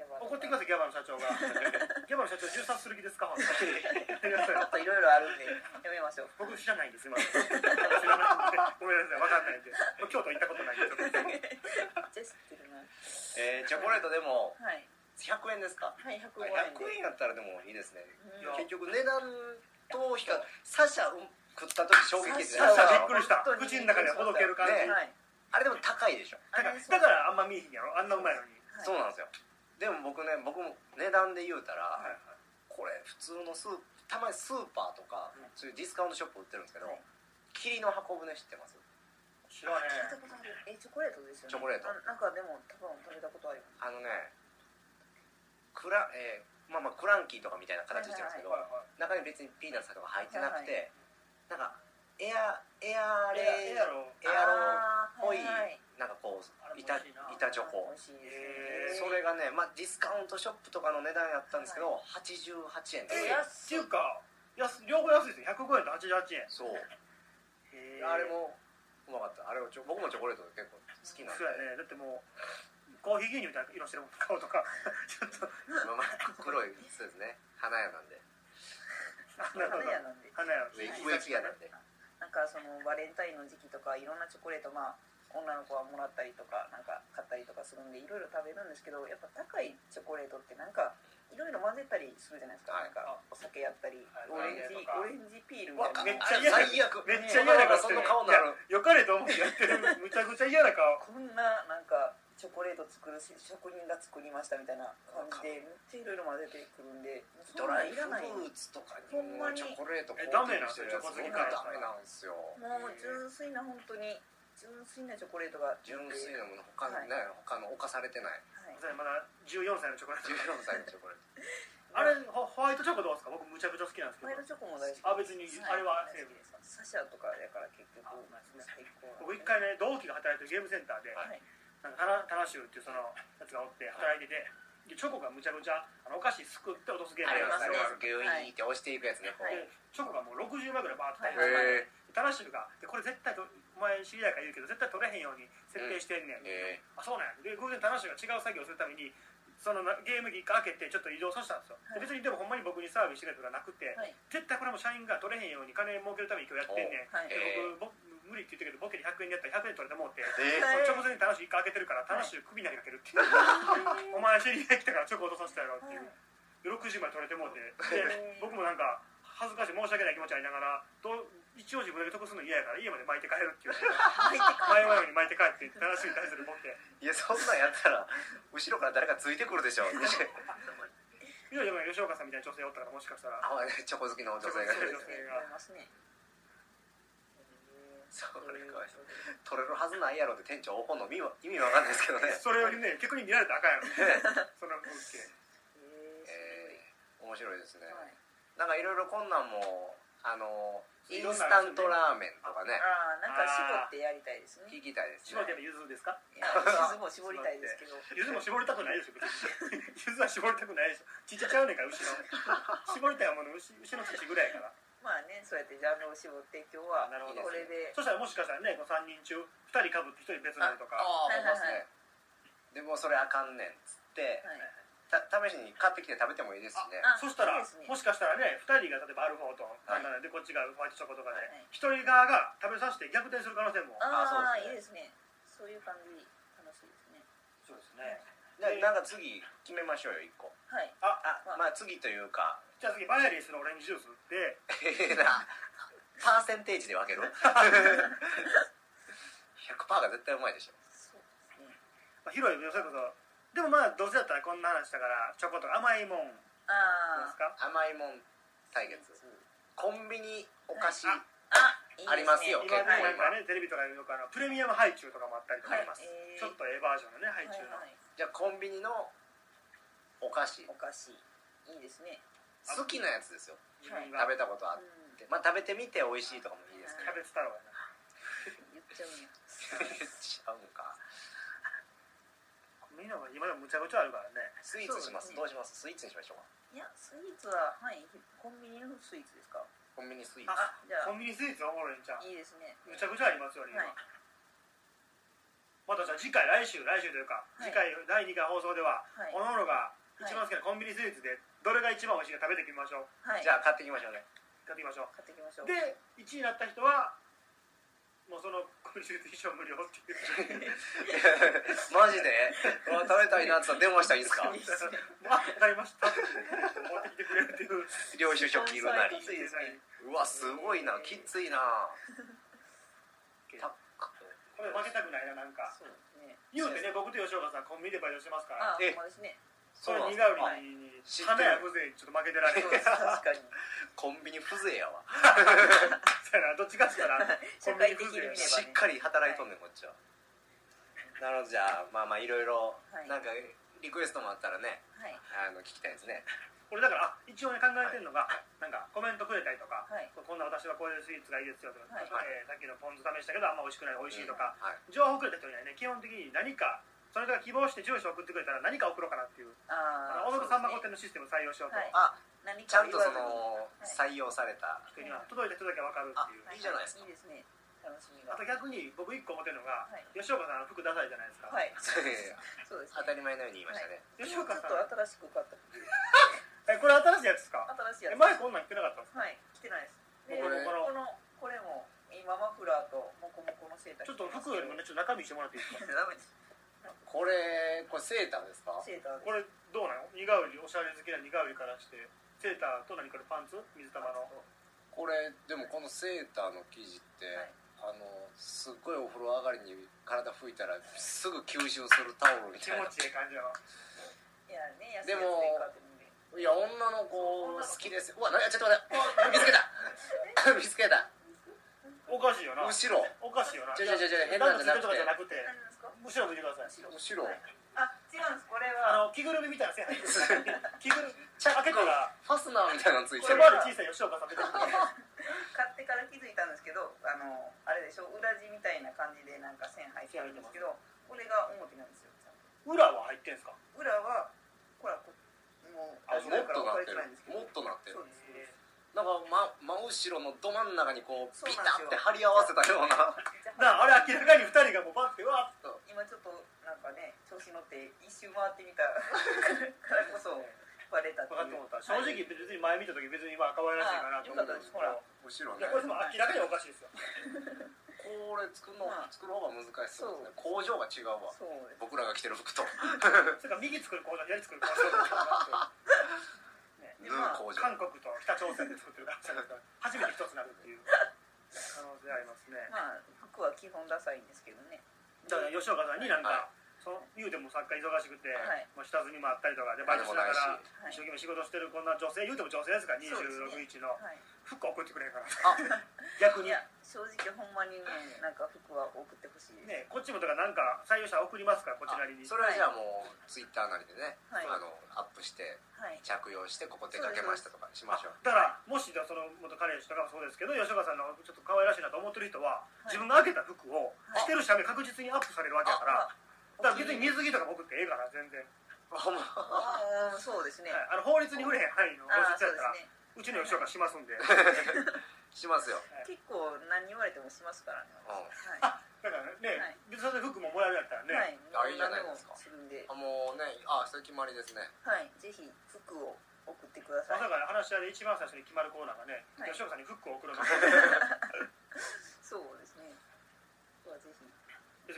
やばい怒ってくださいギャバの社長が *laughs* ギャバの社長13する気ですか本当にやめなさいちょ *laughs* っといろいろあるんでやめましょう僕知らないんです今知らないんでごめんなさいわかんないんでもう京都行ったことないんでちょっとめっちゃ知ってるなはえーチョコレートでもい100円ですかはい105 100円で円やったらでもいいですねうんいや結局値段と比較サシャうん食った時衝撃ですねサシびャっくりした本当に口の中でほどける感じ、ねはいあれでも高いでしょだからだからあんま見えひんやろあんなうまいのに、はいそうなんですよでも僕ね僕も値段で言うたら、はいはいこれ普通のスーたまにスーパーとか、うんそういうディスカウントショップ売ってるんですけど、はい霧の箱舟知ってます知ら聞いたねえことあるえチョコレートですよねチョコレートななんかでも多分食べたことありまあのねクラ,、えーまあ、まあクランキーとかみたいな形してるんですけど、はいはい中に別にピーナッツとか入ってなくて、はなんかエアエアあレれやろエアあロっーぽい、ははいなんかこうあれ板欲しいな板チョコ美味しいへでーすそよねれがね、まあ、ディスカウントショップとかの値段やったんですけど、88円でえー、っていうか安両方安いですよ105円と88円そうへえあれもうまかったあれをちょ僕もチョコレート結構好きなんでそうやねだってもうコーヒー牛乳みたいな色してるもん買おうとか *laughs* ちょっとまあまあ黒いそうですね花屋なんで花屋なんで花屋植木植木屋なんでなんかそのバレンタインの時期とかいろんなチョコレートまあ女の子はもらったりとかなんか買ったりとかするんでいろいろ食べるんですけどやっぱ高いチョコレートってなんかいろいろ混ぜたりするじゃないですか,、はいなんかお酒やったりはいオレンジワインとかオレンジピールみためいっなちゃ嫌あれ最悪めっちゃ嫌な顔しそてんるな顔になるいやよかれと思ってやってるむちゃくちゃ嫌な顔こんななんかチョコレート作る職人が作りましたみたいな感じでめっちゃいろいろ混ぜてくるんでドライいフらないルーもツとかにほんまにチョコレートコーティングしてるやつ僕もダメなんですよう純粋な本当に純粋なチョコレートが純粋なもの他のね他の犯されてないはいまだ14歳のチョコレート14歳のチョコレートあれホホワイトチョコどうですか僕むちゃくちゃ好きなんですホけワイトどチョコも大好きあ別にあれは大セ好ーブきですサシャとかやから結局あまあそうです最高僕一回ね同期が働いてるゲームセンターで、はいなんかタラタラシューっていうそのやつがおって働いてて、でチョコがむちゃくちゃあのお菓子すくって落とすゲーあムれりはますさねギュイーンって押していくやつねこうはいへでチョコがもう60枚ぐらいバーってはい入っててえタラシューがでこれ絶対とお前知り合いから言うけど絶対取れへんように設定してんねん、へえあそうなんやで偶然田中が違う作業をするためにそのなゲーム機開けてちょっと移動させたんですよ、はいで別にでもほんまに僕にサービスしてるとかなくて、はい絶対これも社員が取れへんように金儲けるために今日やってんねん、はいえで僕僕無理って言ってるけどボケで100円でやったら100円取れてもうてえはい直前に楽しい1回開けてるから楽しい首投げかけるっていうお前知り合い来たからチョコ落とさせたやろっていうで60枚取れてもうて *laughs* で僕もなんか恥ずかしい申し訳ない気持ちありながらどう一応自分だけ得するの嫌やから家まで巻いて帰る *laughs* っていう前々に巻いて帰って楽しみに対するボケいやそんなんやったら後ろから誰かついてくるでしょいやでも吉岡さんみたいな女性おったからもしかしたらあチョコ好きの女性がそうですね思いますね。それかわいそう取れるはずないやろって店長怒んの意味わ意味わかんないですけどねそれよりね逆に見られたら *laughs* あかんやろねその風景えー面白いですね、はい。なんかいろいろこんなんもあのイいンろんスなタあンるんですねトラーメンとかねああ、なんか絞ってやりたいです聞ね。いきたいです絞ねりたいゆずですかや、地図も絞りたいですけど。ゆずも絞りたくないでしょ別に *laughs* ゆずは絞りたくないでしょちっちゃちゃうねんか *laughs* ら牛の絞りたいもの牛牛の乳ぐらいやからまあね、そうやってジャンルを絞って、今日はなるほどこれで。そしたらもしかしたらねこの3人中2人かぶって1人別のとあかありますねでもそれあかんねんっつってはい。た試しに買ってきて食べてもいいですしねあそしたら、そうですねもしかしたらね2人が例えばアルフォーとはいなんだねでこっちがホワイトチョコとかではい1人側が食べさせて逆転する可能性もあああ、そいういでですね。そういう感じ、楽しいですね。そうですねでなんか次決めましょうよ一個はい。あまあ次というかじゃあ次バイアリースのオレンジジュースでえーなパーセンテージで分 *laughs* ける100%が絶対うまいでしょそうですね。まあ、広いよそれこそでもまあどうせだったらこんな話だからチョコとか甘いもんであすあ。か甘いもん対決コンビニお菓子はいあ、いいですね。ありますよ今でもなんかねテレビとかでよくあのプレミアムハイチュウとかもあったりとかします、はいちょっと A バージョンのねはハいイはチュウの、い。じゃあコンビニのお菓子お菓子。いいですね。好きなやつですよ自分が食べたことあうん。ってまあ食べてみて美味しいとかもいいですキけャどベツ太郎やな言っちゃうんや。言っ *laughs* ちゃうのかみんなは今でもむちゃくちゃあるからねスイーツしまそすうですねどうしますスイーツにしましょうかいや、スイーツは、はい、コンビニのスイーツですか。コンビニスイーツあ、じゃコあ、ンビニスイーツおもろいんちゃういいですね。むちゃくちゃありますよね、今はいまたじゃあ次回来週来週というか、はい次回第2回放送では、はいおのおのが一番好きなコンビニスイーツでどれが一番美味しいか食べてみましょうはい。じゃあ買ってきましょうね *laughs* やってみましょう買ってきましょう。で1位になった人はもうそのコンビニスイーツ一生無料っていう *laughs* マジでうわ食べたいなって言ったら電話したらいいですか *laughs* あ当たりましたって持ってきてくれるっていう領収書切るなりきついですね。うわすごいなきついなたこれ負けたくないななんかそうですね。言うてね僕と吉岡さんコンビニでバイトしてますかあ、らほえんまですね。それなん苦ですか売りに知って花るや風情にちょっと負けてられそるうです確かに。コンビニ風情やわそう *laughs* やなどっちかっつったらコ社ン会ビニ的に見風ればね。情しやっかり働いとんねんこっちはなるほどじゃあまあまあいろいろはいなんかリクエストもあったらねはい。あの聞きたいですね俺だからあ一応ね考えてるのが、なんかコメントくれたりとか、はいこんな私はこういうスイーツがいいですよとか、はいえーさっきのポン酢試したけどあんま美味しくない美味しいとか、はい情報くれた人にはね基本的に何かそれから希望して住所送ってくれたら何か送ろうかなっていうあああ。の大野さんま御殿のシステム採用しようと、はいあ何ちゃかん言とわそずにの採用された人には届いた人だけ分かるっていうあいいじゃないですかいいですね。楽しみが。あはと逆に僕一個思ってるのはが、い吉岡さんの服ダサいじゃないですか、 *laughs* い。そうですそうです当ね。たり前のように言いましたね吉ちょっ岡とさん新しく買った。えこれ新しいやつですか新しいやえつ。前こんなん着てなかったんですかはい。来てないです。で、ここれの、これも、今マフラーとモコモコのセーターちょっと服よりもねちょっと中身してもらっていいですか着てますこれこれセーターですかけど。ダメです。セーターこれ、れどうなの苦うりおしゃれ好きな苦うりからしてセーターと何これパンツ水玉のこれでもこのセーターの生地って、はいあのすっごいお風呂上がりに体拭いたらすぐ吸収するタオルみ気たい持なちいい感じのいやね、安いやつででも買ってもね。いや女の子好きですうわなちょっと待って見つけた *laughs* 見つけたおかしいよな後ろおかしいよなちょちょちょちょ変なんじゃなくてとかじゃなくて何ですかむしろ見てください後ろ *laughs* あ、違うんです。これは。あの着ぐるみみたいな線入ってる着ぐるみ開けたらファスナーみたいなのついこてれるまで小さい吉岡さん出てくる買ってから気づいたんですけどあのあれでしょ裏地みたいな感じでなんか線入ってるんですけどこれが表なんですよちゃんと裏は入ってんすか裏はほらこもうあもっとなっ分かてりづるらいんですけどもっとなってるそうですそうですなんか真真後ろのど真ん中にこうそうビなんですタよって貼り合わせたようなじゃあなああれ明らかに2人がもうバッてわーって今ちょっとなんかね調子乗って一周回ってみたからこそバレたって分かっていもうった正直別に前見た時別にまあ可愛らしいかなと思ったんですけどあよかったですほら後ろい *laughs* ねやこれでも明らかにおかしいですよこれ作るの、まあ作る方が難しそうでそすねう工場が違うわそうです僕らが着てる服とそれから右作る工場左作る工場で縫うまあ *laughs* 工場韓国と北朝鮮で作ってる会社だから初めて一つになるっていう可能性ありますねまあ服は基本ダサいんですけどねだから吉岡さんになんはか、その言うても作家忙しくて、はいもう下積みもあったりとかでバイ何トしもなないしがらはい、一生懸命仕事してるこんな女性言うても女性ですからそうですね26日のはい、服送ってくれんからあ *laughs* 逆いにや正直ほんまにねなんか服は送ってほしいです、ねこっちもとかなんか採用者送りますからこっちなりにそれはじゃあもうツイッターなりでね、はいあのアップしてはい着用してここ出かけましたとかしましょうだからもしじゃあその元彼氏とかもそうですけど吉岡さんのちょっと可愛らしいなと思ってる人は、はい自分が開けた服をはい着てる写メ確実にアップされるわけだから、だから別に水着とか僕ってええから全然、ほんまあーそうですね、はいあの法律に触れへん範囲の法ああ律そやうっでたらすねうちの吉岡しますんでだ *laughs* しますよ、結構何言われてもしますからねうん、はからはいね、別にそれで服ももらえるやったらい、はいね、、あいいじゃないです何もかするんであもうねあそういう決まりですねはい、ぜひ服を送ってくださいまさか話し合いで一番最初に決まるコーナーがね、はい吉岡さんに服を送るの別そうですね服はぜひに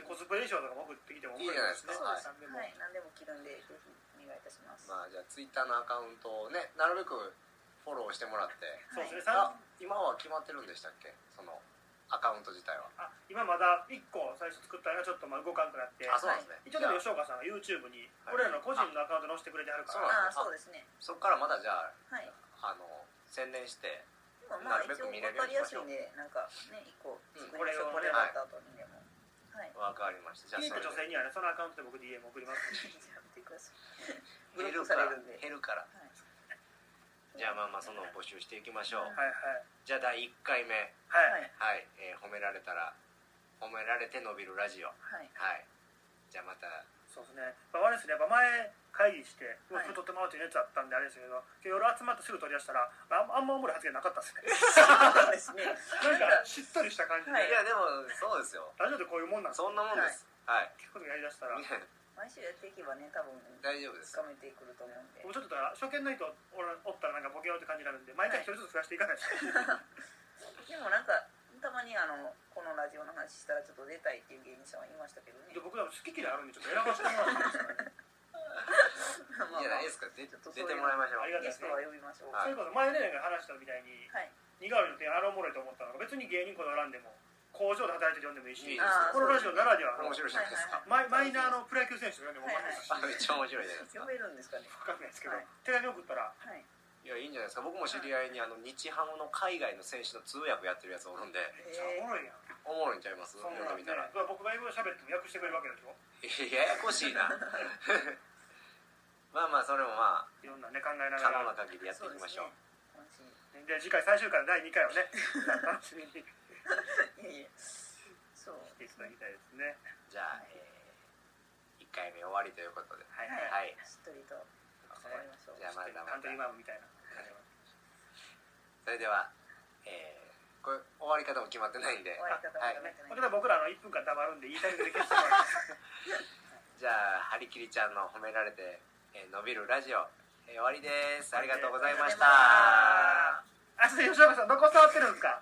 コスプレ衣装とかも送ってきてもいいじゃないですかそうはですい何でもはい、何でも着るんでぜひお願いいたします、まあじゃあツイッターのアカウントをねなるべくフォローしてもらってそうですねさあん今は決まってるんでしたっけそのアカウント自体はあ今まだ1個最初作ったのがちょっとまあ動かんくなってあそうなんですね、一応でも吉岡さんが YouTube にはい俺らの個人のアカウント載せてくれてはるかあああらそうですねそっからまだじゃあはいあの宣伝してでもまあなるべ一応く見れる分よかりうにしやいますしょうんでなんかね一個うん作りましょうここれれを終わった後にでもはい *laughs* わかりましたじゃあ気に入ったそ女性れでにはねそのアカウントで僕 DM 送りますじゃあ見てくださいブロ減ッるクかさられるんで減るからはいじゃあまあまあその募集していきましょうう、んはいじゃあ第1回目はいははいいはい、えー褒められたら褒められて伸びるラジオははいいじゃあまたそうですねまあ悪いですねやっぱ前会議して「はい服取ってもらう」っていうやつあったんであれですけど今日夜集まってすぐ取り出したらあんあんまおもろい発言なかった *laughs* ですねそうですねなんかしっとりした感じではいいやでもそうですよラジオってこういうもんなんですそんなもんですはい、結構やりだしたらみん僕な毎週やっていけばね多分大丈夫でつすかめてくると思うんでちょっとだから初見の人おらおったらなんかボケようって感じになるんで毎回一人ずつ増やしていかないとでもなんかたまにあのこのラジオの話したらちょっと出たいっていう芸人さんはいましたけどねで僕らも好き嫌いあるんでちょっと選ばせてもらっていいですかね *laughs* まいいじゃないですか出て出てもらいましょうありがゲストは呼びましょうははいそれこそ前ねなんか話したみたいにい似顔絵の提案あれおもろいと思ったのが別に芸人こだわらんでも工場で働いてる呼んでもいいしいいですねこのラジオならではの面白いじゃないですか、マイマイナーのプロ野球選手を呼んでも面白いし、あめっちゃ面白いじゃないです呼かべるんですかね分かんないですけど、はい手紙送ったらはいいやいいんじゃないですか僕も知り合いにあの日ハムの海外の選手の通訳やってるやつおるんでめっちゃおもろいやん、おもろいんちゃいますそ読んんなでみのねたらだから僕が英語で喋っても訳してくれるわけでしょややこしいな *laughs* まあまあそれもまあいろんなね考えな可が能らな限りやっていきましょうそうですねで次回最終回の第2回をね楽しみにして楽しいいえいえそういただきたいですねじゃあ、えー、1回目終わりということではいはいはいしっとりと終わりましょうじゃあまたカまントリーたマームみたいなそれでは、えー、これ終わり方も決まってないんで終わり方もはいやめてこないれで僕らあの1分間黙るんでいいタイミングで消してもらいますじゃあはりきりちゃんの褒められて、えー伸びるラジオ、えー終わりですありがとうございましたあそして吉岡さんどこ触ってるんですか